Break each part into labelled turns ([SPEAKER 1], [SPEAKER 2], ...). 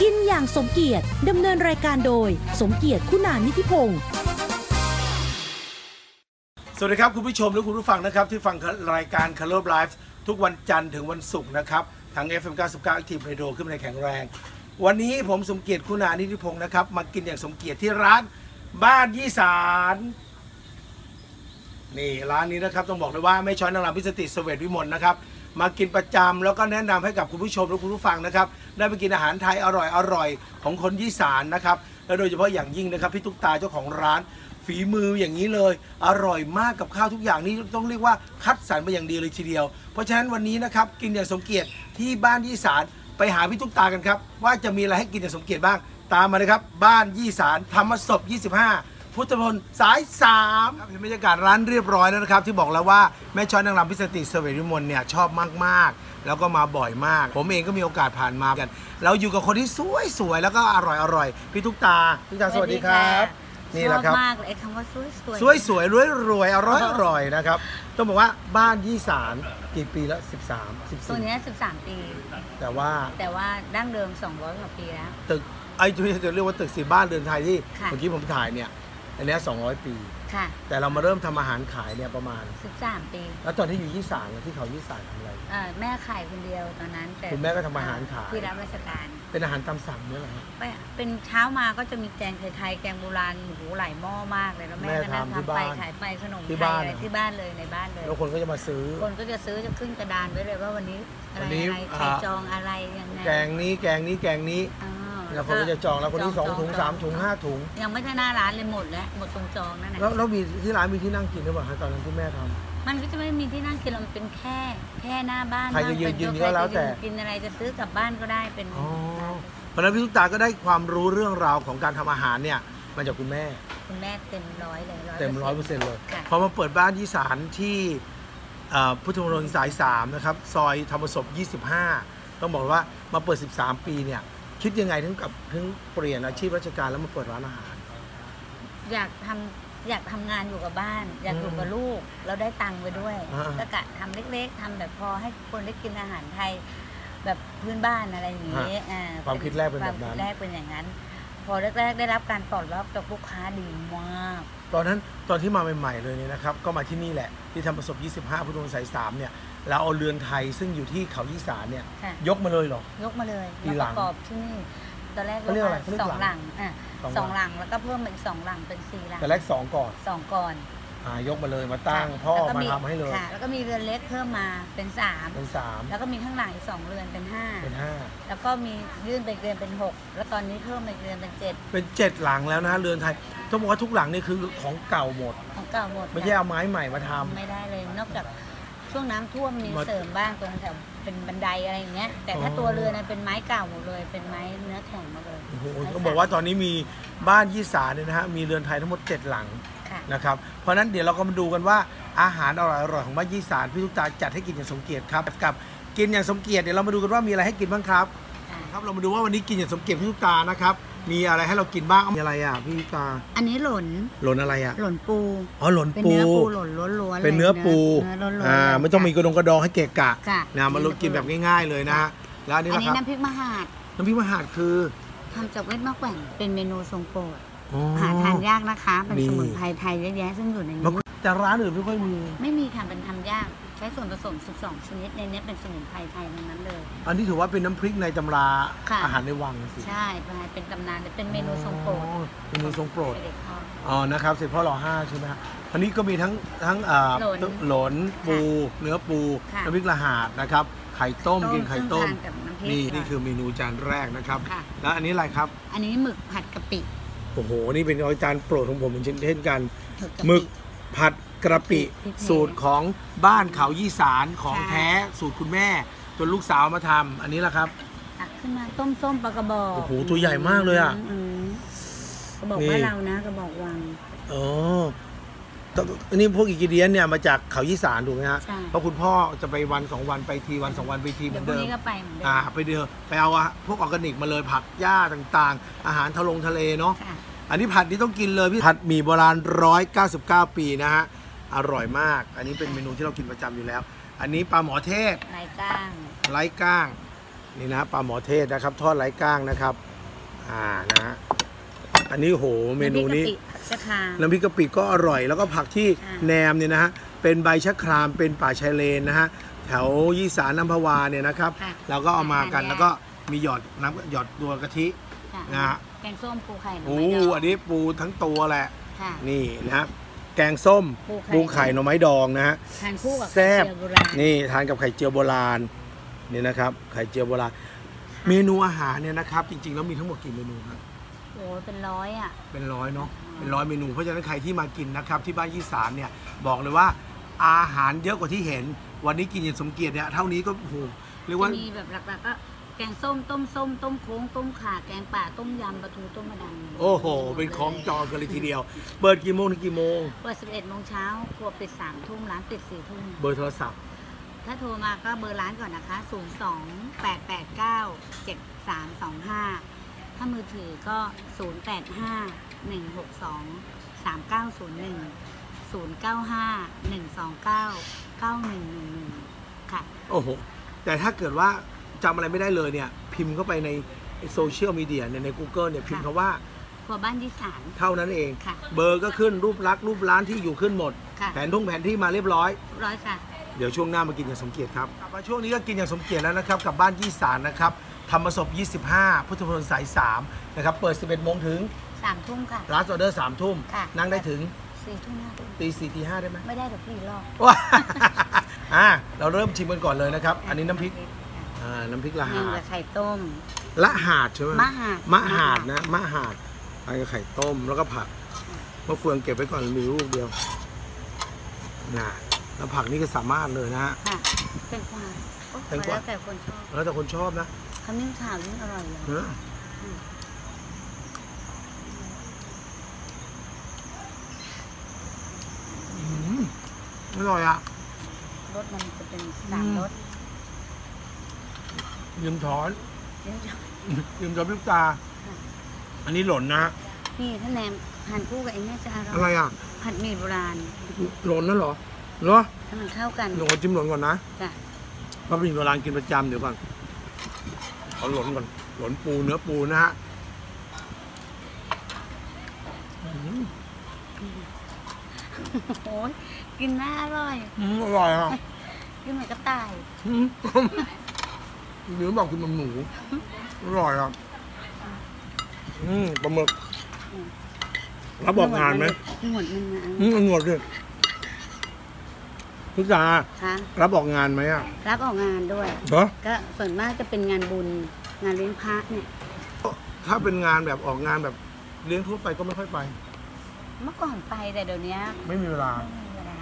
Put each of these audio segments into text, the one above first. [SPEAKER 1] กินอย่างสมเกียรติดำเนินรายการโดย สมเกียรติคุณานิธิพงศ์
[SPEAKER 2] สวัสดีครับ คุณผู้ชมและคุณผู้ฟังนะครับ ที่ฟังรายการ Color Life ทุกวันจันทร์ถึงวันศุกร์นะครับทาง FM 99 Active Radio ขึ้นในแข็งแรง วันนี้ผมสมเกียรติคุณานิธิพงศ์นะครับ มากินอย่างสมเกียรติที่ร้านบ้านยี่สารนี่ร้านนี้นะครับต้องบอกเลยว่าไม่ช้อยนางรำพิสติสเวตวิมลนะครับ มากินประจำแล้วก็แนะนำให้กับคุณผู้ชมและคุณผู้ฟังนะครับ ได้ไปกินอาหารไทยอร่อยอร่อยของคนยี่สารนะครับและโดยเฉพาะอย่างยิ่งนะครับพี่ตุ๊กตาเจ้าของร้าน ฝีมืออย่างนี้เลย อร่อยมากกับข้าวทุกอย่างนี่ต้องเรียกว่าคัดสรรมาอย่างดีเลยทีเดียว เพราะฉะนั้นวันนี้นะครับกินอย่างสมเกียรติที่บ้านยี่สารไปหาพี่ตุ๊กตากันครับ ว่าจะมีอะไรให้กินอย่างสมเกียรติบ้าง ตามมาเลยครับ บ้านยี่สารธรรมศพ 25 พุทธพลสาย3ครับเห็นบรรยากาศร้านเรียบร้อยแล้วนะครับ ที่บอกแล้วว่าแม่ช้อยนางรำพิสติเสวริมนเนี่ยชอบมาก ๆ แล้วก็มาบ่อยมาก ผมเองก็มีโอกาสผ่านมากัน เราอยู่กับคนที่สวยสวยๆแล้วก็อร่อยอร่อยๆพี่ตุ๊กตาพี่ตุ๊กตาสวัสดีครับ
[SPEAKER 3] สวัสดีค่
[SPEAKER 2] นี่แหละครับ
[SPEAKER 3] ชอบมากเลยไอ้คำว่าสวยสวย
[SPEAKER 2] สวยสวยรวยรวยอร่อยอร่อยนะครับ ต้องบอกว่าบ้านยี่สารกี่ปีแล้ว 13
[SPEAKER 3] ตัว
[SPEAKER 2] 14
[SPEAKER 3] เนี้ย13 ปี
[SPEAKER 2] แต่ว่า
[SPEAKER 3] แต่ว่าดั้งเดิม 200กว่าปีแล้ว
[SPEAKER 2] ตึกไอ้ที่จะเรียกว่าตึกสีบ้านเรือนไทยที่
[SPEAKER 3] ค่ะ
[SPEAKER 2] เมื่อกี้ผมถ่ายเนี่ยอันเนี้ย200 ปี
[SPEAKER 3] ค่ะ
[SPEAKER 2] แต่เรามาเริ่มทำอาหารขายเนี่ยประมาณ
[SPEAKER 3] 13 ปี
[SPEAKER 2] แล้วตอนที่อยู่ยี่สารที่เขายี่สารทำอะไร
[SPEAKER 3] เอ่อแม่ขายคนเดียวตอนนั้นแต่
[SPEAKER 2] คุณแม่ก็ทำอาหารขาย
[SPEAKER 3] ที่รับราชการ
[SPEAKER 2] เป็นอาหารตามสั่งเนี่ยเหรอฮะ
[SPEAKER 3] ไปเป็นเช้ามาก็จะมีแกงไทยๆแกงโบราณโอ้โหหลายหม้อมากเลยแล้วแม่
[SPEAKER 2] แม่
[SPEAKER 3] ก็นั่ง
[SPEAKER 2] ทำที่
[SPEAKER 3] ทำไป
[SPEAKER 2] บ้าน
[SPEAKER 3] ขายไปขนม
[SPEAKER 2] ที่
[SPEAKER 3] ไท
[SPEAKER 2] บ้าย น
[SPEAKER 3] อะไร
[SPEAKER 2] เหรอ
[SPEAKER 3] ที่บ้านเลยในบ้านเลย
[SPEAKER 2] แล้วคนก็จะมาซื้อ
[SPEAKER 3] คนก็จะซื้อจะขึ้นกระดานไว้เลยว่าวันนี้อะไร
[SPEAKER 2] วันนี้
[SPEAKER 3] อะไรใคร
[SPEAKER 2] อ่า
[SPEAKER 3] จองอะไรยังไง
[SPEAKER 2] แกงนี้แกงนี้แกงนี้
[SPEAKER 3] อ้าว
[SPEAKER 2] แล้วคนก็จะจองแล้วคนที่สองถุงสามถุงห้าถุง
[SPEAKER 3] ยังไม่ได้หน้าร้านเลยหมดแล้วหมดตรงจองนั่นแหละ
[SPEAKER 2] แล้วแล้วมีที่ร้านมีที่นั่งกินหรือเปล่าฮะตอนนั้นที่แม่ทำ
[SPEAKER 3] มันก็จะไม่มีที่นั่งกินหรอกมันเป็นแค่แค่หน้าบ้าน
[SPEAKER 2] ใครจะยืนยืน
[SPEAKER 3] บ้าเป็
[SPEAKER 2] ก็แล้วแต่
[SPEAKER 3] ใครจะยืนกินอะไรจะซื้อกลับบ้านก็ได้เป็น
[SPEAKER 2] อ๋อเพราะฉะนั้นพี่ตุ๊กตาก็ได้ความรู้เรื่องราวของการทำอาหารเนี่ยมาจากคุณแม่
[SPEAKER 3] คุณแม่เต็มร้อยเลย100%
[SPEAKER 2] เต็มร้อยเปอร์เซ็นต์เลย
[SPEAKER 3] ค่ะ
[SPEAKER 2] พอมาเปิดบ้านที่สารที่เอ่อพุทธมณฑลสาย 3 นะครับ ซอยธรรมศพ 25 ต้องบอกว่ามาเปิด 13 ปีเนี่ย คิดยังไงถึงกับถึงเปลี่ยนอาชีพราชการแล้วมาเปิดร้านอาหาร
[SPEAKER 3] อยากทำอยากทำงานอยู่กับบ้าน อยากอยู่
[SPEAKER 2] อืม
[SPEAKER 3] กับลูก เราได้ตังค์ไปด้วย
[SPEAKER 2] อ่า
[SPEAKER 3] ก็กะทำเล็ก ๆทำแบบพอให้คนได้กินอาหารไทย แบบพื้นบ้านอะไรอย่างนี้อ่า
[SPEAKER 2] ความคิดแรกเป็นแบบนั้น
[SPEAKER 3] ความคิดแรกเป็นอย่างนั้น พอแรกๆได้รับการตอบรับจากลูกค้าดีมาก
[SPEAKER 2] ตอนนั้นตอนที่มาใหม่ๆเลยเนี่ยนะครับ ก็มาที่นี่แหละ ที่ธรรมศพ 25 พุทธมณฑลสาย 3 เนี่ย เราเอาเรือนไทยซึ่งอยู่ที่เขายี่สารเนี่ย
[SPEAKER 3] ค่ะ
[SPEAKER 2] ยกมาเลยเหรอ
[SPEAKER 3] ยกมาเลย
[SPEAKER 2] กี่หลั
[SPEAKER 3] แล้
[SPEAKER 2] ง
[SPEAKER 3] วประกอบที่นี่ตอนแรก
[SPEAKER 2] เขาเรียกอะไรเขาเรีย
[SPEAKER 3] สอก ง
[SPEAKER 2] ห
[SPEAKER 3] ห
[SPEAKER 2] ลั
[SPEAKER 3] ลั
[SPEAKER 2] ง
[SPEAKER 3] งอ่ะ
[SPEAKER 2] ส
[SPEAKER 3] ส
[SPEAKER 2] อ
[SPEAKER 3] อง ง
[SPEAKER 2] ห
[SPEAKER 3] ห
[SPEAKER 2] ลั
[SPEAKER 3] ลั
[SPEAKER 2] ง
[SPEAKER 3] งแล้วก็เพิ่มเป็นสองหลังเป็นสี่หลัง
[SPEAKER 2] แต่แรกสองก่อน
[SPEAKER 3] สองก่อน
[SPEAKER 2] อ่ายกมาเลยมาตั้ง
[SPEAKER 3] ค่ะ
[SPEAKER 2] พ่อ
[SPEAKER 3] แล้วก็
[SPEAKER 2] มาทำให้เลย
[SPEAKER 3] ค่ะ แล้วก็มีเรือนเล็กเพิ่มมาเป็นสาม
[SPEAKER 2] เป็นสาม
[SPEAKER 3] แล้วก็มีข้างหลังอีกสองเรือนเป็นห้า
[SPEAKER 2] เป็นห้า
[SPEAKER 3] แล้วก็มียื่นไปเรือนเป็นหกแล้วตอนนี้เพิ่มไปเรือนเป็นเจ็ด
[SPEAKER 2] เป็นเจ็ดหลังแล้วนะเรือนไทยต้องบอกว่าทุกหลังนี่คือของเก่าหมด
[SPEAKER 3] ของเก่าหมด
[SPEAKER 2] ไม่ใช่เอาไม้ใหม่มาทำ
[SPEAKER 3] ไม่ได้เลยนอกจากช่วงน้ำท่วมมี
[SPEAKER 2] มา
[SPEAKER 3] เสริมบ้างตรงแถวเป็นบันไดอะไรอย่างเงี้ย แต่ถ้า
[SPEAKER 2] อ๋อ
[SPEAKER 3] ตัวเรือนนะเป็นไม้เก่าหมดเลย เป็นไม้เนื้อแข็งหมดเลย
[SPEAKER 2] โอ้โหต้องบอกว่าตอนนี้มีบ้านยี่สาเนี่ยนะฮะ มีเรือนไทยทั้งหมด 7 หลัง
[SPEAKER 3] ค่ะ
[SPEAKER 2] นะครับ เพราะฉะนั้นเดี๋ยวเราก็มาดูกันว่าอาหารอร่อยๆของบ้านยี่สานพี่ทุกตาจัดให้กินอย่างสมเกียรติครับ กับกินอย่างสมเกียรติเดี๋ยวเรามาดูกันว่ามีอะไรให้กินบ้างครับ
[SPEAKER 3] ค่ะ
[SPEAKER 2] ครับเรามาดูว่าวันนี้กินอย่างสมเกียรติพี่ทุกตานะครับ มีอะไรให้เรากินบ้าง มีอะไรอ่ะพี่ตุ๊กตา
[SPEAKER 3] อันนี้หล่น
[SPEAKER 2] หล่นอะไรอ่ะ
[SPEAKER 3] หล่นปู
[SPEAKER 2] อ๋อหล่น
[SPEAKER 3] เป็น
[SPEAKER 2] ปู
[SPEAKER 3] เนื้อปูหล่นล้วนๆลย
[SPEAKER 2] เป็นเนื้อปู
[SPEAKER 3] เนื้อล้วนๆ
[SPEAKER 2] อ่า
[SPEAKER 3] เลย
[SPEAKER 2] ไม่ต้องมีก
[SPEAKER 3] จ้ะ
[SPEAKER 2] ระดงกระดองให้เกะกะ
[SPEAKER 3] ค่ะ
[SPEAKER 2] นะมาลดกินแบบง่าย ๆ เลยนะฮะ แล้วอันนี้
[SPEAKER 3] อัน
[SPEAKER 2] นะ
[SPEAKER 3] นี้
[SPEAKER 2] ครับ
[SPEAKER 3] น้ำพริกมหาด
[SPEAKER 2] น้ำพริกมหาดคือ
[SPEAKER 3] ทำจากเวทมะแขวนเป็นเมนูทรงโปรด
[SPEAKER 2] อ๋อ
[SPEAKER 3] หาทานยากนะคะ เป็น
[SPEAKER 2] นี่
[SPEAKER 3] สมุนไพรไทยเยอะแยะซึ่งอยู่ใน
[SPEAKER 2] มะ
[SPEAKER 3] นี้
[SPEAKER 2] กรูดแต่ร้านอื่นไม่ค่อยมี
[SPEAKER 3] ไม่มีค่ะเป็นทำยาก ใช้ส่วนผสม 12 ชนิดในนี้เป็นสมุนไพรไทยทั้งนั้นเลย
[SPEAKER 2] อันนี้ถือว่าเป็นน้ำพริกในตำรา
[SPEAKER 3] ค่ะ
[SPEAKER 2] อาหารในวังสิ
[SPEAKER 3] ใช่เป็นตำนานเป็นเมนูทรงโปรด
[SPEAKER 2] อ๋อเมนูทรงโปรด
[SPEAKER 3] เด็กๆชอบ
[SPEAKER 2] อ๋อนะครับเสร็จพ่อรอห้าใช่ไหมฮะอันนี้ก็มีทั้งทั้งเอ่อ
[SPEAKER 3] หลน
[SPEAKER 2] หลนปู เนื้อปู
[SPEAKER 3] ค่ะ
[SPEAKER 2] น้ำพริกละหาดนะครับไข่ต้มกินไข่ต้ม
[SPEAKER 3] ซึ่งทานกับน้ำพริก
[SPEAKER 2] นี่
[SPEAKER 3] ค่ะ
[SPEAKER 2] นี่คือเมนูจานแรกนะครับ
[SPEAKER 3] ค่ะ
[SPEAKER 2] แล้วอันนี้อะไรครับ
[SPEAKER 3] อันนี้หมึกผัดกะปิ
[SPEAKER 2] โอ้โหนี่เป็นจานโปรดของผมเหมือนเช่นกัน
[SPEAKER 3] ะปิ
[SPEAKER 2] หมึกผัดกระปิ
[SPEAKER 3] พริกแห้ง
[SPEAKER 2] สูตรของบ้านเขายี่สารของ
[SPEAKER 3] ใช่
[SPEAKER 2] แท้สูตรคุณแม่จนลูกสาวมาทำอันนี้แหละครับ
[SPEAKER 3] ตักขึ้นมาต้มส้มปลากระบอก
[SPEAKER 2] โอ้โหตัวใหญ่มากเลยอะ
[SPEAKER 3] มกระบอก
[SPEAKER 2] นี่
[SPEAKER 3] ว่านเรานะกระบอกวัง
[SPEAKER 2] อ๋อแต่อันนี้พวกอิกิเดียนเนี่ยมาจากเขายี่สารถูกไหมฮะ
[SPEAKER 3] ใช่
[SPEAKER 2] เพราะคุณพ่อจะไปวันสองวันไปทีวันสองวันไปทีเหมื
[SPEAKER 3] เดี๋
[SPEAKER 2] อ
[SPEAKER 3] ยวน พ
[SPEAKER 2] เดิม
[SPEAKER 3] รุ่งนี้ก็ไปเหมือนเดิ
[SPEAKER 2] อ่าม ไปเดิมไปเอาอะพวกออร์แกนิกมาเลยผักหญ้าต่างๆ อาหารทะลงทะเลเนาะ
[SPEAKER 3] ค่ะ
[SPEAKER 2] อันนี้ผัดนี่ต้องกินเลยพี่ผัดหมี่โบราณ 199 ปีนะฮะ อร่อยมาก อันนี้เป็นเมนูที่เรากินประจำอยู่แล้ว อันนี้ปลาหมอเทศ
[SPEAKER 3] ลายก้าง
[SPEAKER 2] ไร้ก้าง นี่นะปลาหมอเทศนะครับ ทอดไร้ก้างนะครับ อ่านะฮะอันนี้โหเมนูนี้
[SPEAKER 3] ำพริกกะปิชะคราม
[SPEAKER 2] น้ำพริกกะปิก็อร่อย แล้วก็ผักที่
[SPEAKER 3] ค่ะ
[SPEAKER 2] แหนมเนี่ยนะฮะ เป็นใบชะครามเป็นป่าชายเลนนะฮะ แถวยี่สานอัมพวาเนี่ยนะครับ
[SPEAKER 3] ค่ะ
[SPEAKER 2] เราก็เอามากัน
[SPEAKER 3] ทน
[SPEAKER 2] แล้วก็มีหยอดน้ำหยอดตัวกะทิ
[SPEAKER 3] ค่ะ
[SPEAKER 2] นะฮะ
[SPEAKER 3] แกงส้มปูไข่หน่อ
[SPEAKER 2] โอ้
[SPEAKER 3] ไม้ดอง
[SPEAKER 2] อันนี้ปูทั้งตัวแหละ
[SPEAKER 3] ค่ะ
[SPEAKER 2] นี่นะครับแกงส้ม
[SPEAKER 3] ปู
[SPEAKER 2] ปู
[SPEAKER 3] ไข่
[SPEAKER 2] ไข่หน่อไม้ดองนะฮะ
[SPEAKER 3] ทานคู่กับ
[SPEAKER 2] แซ่บ
[SPEAKER 3] ไข่เจียวโบราณ
[SPEAKER 2] นี่ทานกับไข่เจียวโบราณนี่นะครับ ไข่เจียวโบราณ เมนูอาหารเนี่ยนะครับ จริงๆแล้วมีทั้งหมดกี่เมนูครับ
[SPEAKER 3] โอ้ยเป็นร้อยอ่ะ
[SPEAKER 2] เป็นร้อยเนาะเป็นร้อยเมนู เพราะฉะนั้นใครที่มากินนะครับ ที่บ้านยี่สามเนี่ยบอกเลยว่าอาหารเยอะกว่าที่เห็น วันนี้กินอย่างสมเกียรติเนี่ยเท่านี้ก็โอ้โหเรียกว่า
[SPEAKER 3] จะมีแบบหลักๆก็แกงส้มต้มส้มต้มโค้งต้มข่าแกงป่าต้มยำปลาทูต้มมะดัง
[SPEAKER 2] โอ้โห เป็นของจองกันเลยทีเดียว เปิดกี่โมงถึงกี่โมง
[SPEAKER 3] เปิด11โมงเช้าครัวปิด3ทุ่มร้านปิด4ทุ่ม
[SPEAKER 2] เบอร์โทรศัพท์
[SPEAKER 3] ถ้าโทรมาก็เบอร์ร้านก่อนนะคะ 0 2 8 8 9 7 3 2 5 ถ้ามือถือก็ 0 8 5 1 6 2 3 9 0 1 0 9 5 1 2 9 9 1 1 1 ค่ะ
[SPEAKER 2] โอ้โห แต่ถ้าเกิดว่าจำอะไรไม่ได้เลยเนี่ย พิมพ์เข้าไปในโซเชียลมีเดียเนี่ยใน Google เนี่ยพิมพ์คำว่า
[SPEAKER 3] ครัวบ้านที่สาม
[SPEAKER 2] เท่านั้นเอง
[SPEAKER 3] ค่ะ
[SPEAKER 2] เบอร์ก็ขึ้นรูปลักษณ์รูปร้านที่อยู่ขึ้นหมด
[SPEAKER 3] ค่ะ
[SPEAKER 2] แผนทุ่งแผนที่มาเรียบร้อย
[SPEAKER 3] ร้อยค่ะ
[SPEAKER 2] เดี๋ยวช่วงหน้ามากินอย่างสมเกียรติครับกลับมาช่วงนี้ก็กินอย่างสมเกียรติแล้วนะครับกับบ้านยี่สารนะครับธรรมศพ 25 พุทธมณฑลสาย3นะครับเปิด 11 โมงถึง
[SPEAKER 3] 3 ทุ่มค่ะ
[SPEAKER 2] ร้านออเดอร์ 3 ทุ่ม
[SPEAKER 3] ค่ะ
[SPEAKER 2] นั่งได้ถึง
[SPEAKER 3] 4ทุ่มห้าทุ่ม
[SPEAKER 2] ตีสี่ตีห้าได้ไหม
[SPEAKER 3] ไม่ได้เดี๋ยวพี่ลอก
[SPEAKER 2] ว้า อ่าเราเริ่มชิมกันก่อนเลยนะครับ อันนี้น้ำพริกอ่าน้ำพริกละ
[SPEAKER 3] หนึ่ง
[SPEAKER 2] หาด
[SPEAKER 3] กับไข่ต้ม
[SPEAKER 2] ละหาดใช่ไหม
[SPEAKER 3] มะหาด
[SPEAKER 2] มะหาดนะมะหาดอันกับไข่ต้มแล้วก็ผักมะเฟืองเก็บไว้ก่อนมีลูกเดียวนะแล้วผักนี่ก็สามารถเลยนะฮะ
[SPEAKER 3] ค่ะเป็นควาโอ๊ย
[SPEAKER 2] เป็นกวาง
[SPEAKER 3] แล้วแต่คนชอบ
[SPEAKER 2] แล้วแต่คนชอบนะ
[SPEAKER 3] ขมิ้นขาวยิ่งอร่อยเลย
[SPEAKER 2] เนื้ออ
[SPEAKER 3] ม
[SPEAKER 2] อืมอร่อยอ่ะ
[SPEAKER 3] รสมันจะเป็นสามรส
[SPEAKER 2] ยืมช้อน
[SPEAKER 3] เดี๋ยวจะ
[SPEAKER 2] ยืมช้อนพริกตา อันนี้หล่นนะ
[SPEAKER 3] นี่ถ้าแนมทานคู่กับไอ้เนี่ยจะอ
[SPEAKER 2] อะไร
[SPEAKER 3] ร่อย
[SPEAKER 2] อ่ะ
[SPEAKER 3] ผัดหมี่โบราณ
[SPEAKER 2] หล่นนั่นเหรอเหรอ
[SPEAKER 3] ถ้ามันเข้ากัน
[SPEAKER 2] หนูขอจิ้มหล่นก่อนนะ
[SPEAKER 3] จ้ะ
[SPEAKER 2] เพราะเป็นโบราณกินประจำเดี๋ยวก่อนเอาหล่นก่อน หล่นปูเนื้อปูนะฮะอืม
[SPEAKER 3] โอ้ยกินน่าอร่อย
[SPEAKER 2] อืมอร่อยอ่ะ
[SPEAKER 3] กินเหมือนกระต่าย
[SPEAKER 2] อืม เนื้อบอกคือมันหมูอร่อยอ่ะอืมปลาหมึก
[SPEAKER 3] อืม
[SPEAKER 2] รับบอกงานไหม
[SPEAKER 3] หนวดมันนะ
[SPEAKER 2] อืมหนวดดิพี่จา
[SPEAKER 3] ค่ะ
[SPEAKER 2] รับบอกงานไหมอ่ะ
[SPEAKER 3] รับออกงานด้วย
[SPEAKER 2] เหรอ
[SPEAKER 3] ก็ส่วนมากจะเป็นงานบุญงานเลี้ยงพระเนี่ย
[SPEAKER 2] ถ้าเป็นงานแบบออกงานแบบเลี้ยงทั่วไปก็ไม่ค่อยไป
[SPEAKER 3] เมื่อก่อนไปแต่เดี๋ยวนี้
[SPEAKER 2] ไม่มีเวลา
[SPEAKER 3] ไม่มีเวลา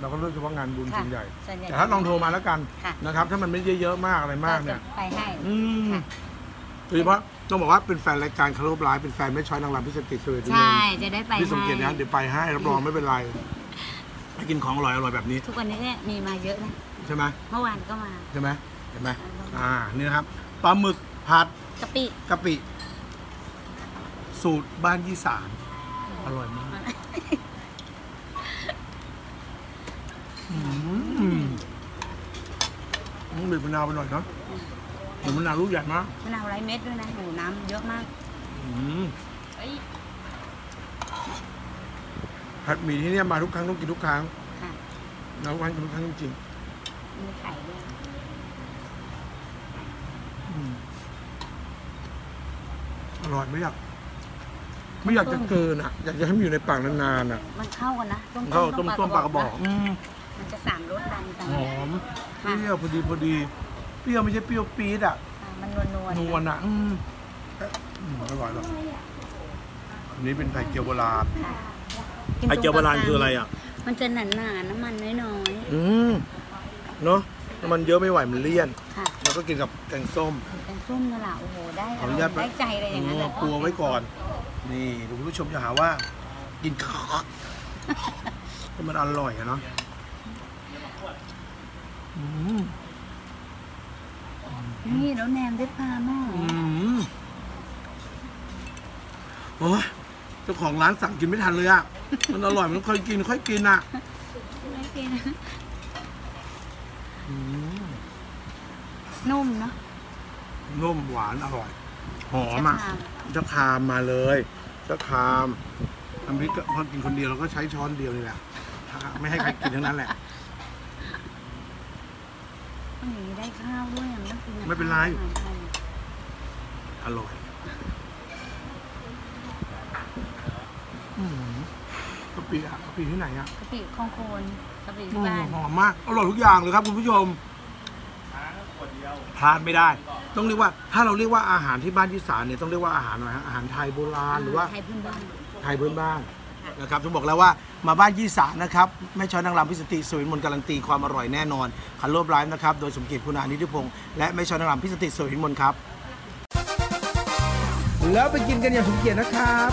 [SPEAKER 2] เราก็เลือกเฉพาะงานบุญ
[SPEAKER 3] ค่ะ
[SPEAKER 2] ส่วนใหญ่
[SPEAKER 3] ส่วนใหญ่
[SPEAKER 2] แต่ถ้าลองโทรมาแล้วกัน
[SPEAKER 3] ค่ะ
[SPEAKER 2] นะครับ ถ้ามันไม่เยอะๆมากอะไรมากเนี่ย
[SPEAKER 3] ไปให้
[SPEAKER 2] อืม
[SPEAKER 3] ค่ะ
[SPEAKER 2] โดยเฉพาะต้องบอกว่าเป็นแฟนรายการคารบไลฟ์เป็นแฟนไม่ช้อยนางรำพิเศษติดเสวยดี
[SPEAKER 3] ใช่จะได้ไป
[SPEAKER 2] พี่สม
[SPEAKER 3] ให้
[SPEAKER 2] เกียรตินะเดี๋ยวไปให้รับร องไม่เป็นไรไปกินของอร่อยอร่อยแบบนี้
[SPEAKER 3] ทุกวันนี้เนี่ยมีมาเยอะนะ
[SPEAKER 2] ใช่ไหม
[SPEAKER 3] เมื่อวานก็มา
[SPEAKER 2] ใช่ไหมเห็นไหมอ่านี่นะครับปลาหมึกผัด
[SPEAKER 3] กะปิ
[SPEAKER 2] กะปิ สูตรบ้านยี่สามอร่อยมากอืมต้องดื่มมะนาวไปหน่อยเนาะดื่มมะนาวลูกใหญ่มาก
[SPEAKER 3] มะนาวไร้เม็ดด้วยนะหนูน้ำเยอะมาก
[SPEAKER 2] ผัดหมี่ที่เนี่ยมาทุกครั้งต้องกินทุกครั้ง
[SPEAKER 3] ค่ะ
[SPEAKER 2] นะวันกินทุกครั้งจริง
[SPEAKER 3] มีไข่ด้วย
[SPEAKER 2] ๆอืมอร่อยไม่อยาก ไม่อยากจะเกินอ่ะ อยากจะให้มันอยู่ในปากนานๆอ่ะ
[SPEAKER 3] มันเข้ากันนะต้ม
[SPEAKER 2] ข้าวต้มต้มปลากระบอกอืม
[SPEAKER 3] มันจะสามรสดันกัน
[SPEAKER 2] หอมเปรี้ยวพอดีพอดี เปรี้ยวไม่ใช่เปรี้ยวปี๊ดอ่ะ
[SPEAKER 3] ค่ะมันนวลนวล
[SPEAKER 2] นวลอ่ะอืมเอ๊ะอืมอร่อยหรอยอันนี้เป็นไข่เจียวโบราณ
[SPEAKER 3] มันจะหนาหนาๆน้ำมันน้อย
[SPEAKER 2] อืมเนาะน้ำมันเยอะไม่ไหวมันเลี่ยน
[SPEAKER 3] ๆค่ะ
[SPEAKER 2] แล้วก็กินกับแกงส้ม
[SPEAKER 3] เป็นส้มกระหล่ำโอ้โหได้
[SPEAKER 2] ขออนุญาต
[SPEAKER 3] ได้ใจเลยอย่างนั้นเลย
[SPEAKER 2] โกลัวไว้ก่อน นี่เดี๋ยวคุณผู้ชมจะหาว่า กินข้าวก็มันอร่อยอะเนาะอืม
[SPEAKER 3] นี่แล้วแนมด้วยปลาหม้อ
[SPEAKER 2] อืมโอ้ยเจ้าของร้านสั่งกินไม่ทันเลยอะมันอร่อยมันค่อยกินค่อยกินอะ
[SPEAKER 3] ไม่กินนะ
[SPEAKER 2] อืม
[SPEAKER 3] นุ่มเนาะ
[SPEAKER 2] นุ่มหวานอร่อย หอมอ่ะ จะคามมาเลย จะคามน้ำพริกก็พอกินคนเดียวเราก็ใช้ช้อนเดียวนี่แหละไม่ให้ใครกินทั้งนั้นแหละ
[SPEAKER 3] อืมได้ข้าวด้วยอ่ะต้องกิะ
[SPEAKER 2] ไม่เป็นไร
[SPEAKER 3] อาหาทย
[SPEAKER 2] อร่อยกะปิอะกะปิที่ไหนอะ
[SPEAKER 3] กะปิคองโคนกะปิ
[SPEAKER 2] อื
[SPEAKER 3] ที่บ้าม น
[SPEAKER 2] หอมมาก อร่อยทุกอย่างเลยครับคุณผู้ชมพลาดไม่ได้ ต้องเรียกว่า ถ้าเราเรียกว่าอาหารที่บ้านที่สานเนี่ยต้องเรียกว่าอาหารอะไรฮะอาหารไทยโบราณหรือว่า
[SPEAKER 3] ไทยพื้นบ้าน
[SPEAKER 2] ไทยพื้นบ้าน
[SPEAKER 3] ค่ะ
[SPEAKER 2] นะครับต้องบอกแล้วว่ามาบ้านยี่สานะครับแม่ช้อยนางรำพิสติสวินมนต์การันตีความอร่อยแน่นอนคันรวบไลฟ์นะครับ โดยสมเกียรติคุณานิธิพงศ์และแม่ช้อยนางรำพิสติสวินมนต์ครับ แล้วไปกินกันอย่างสมเกียรตินะครับ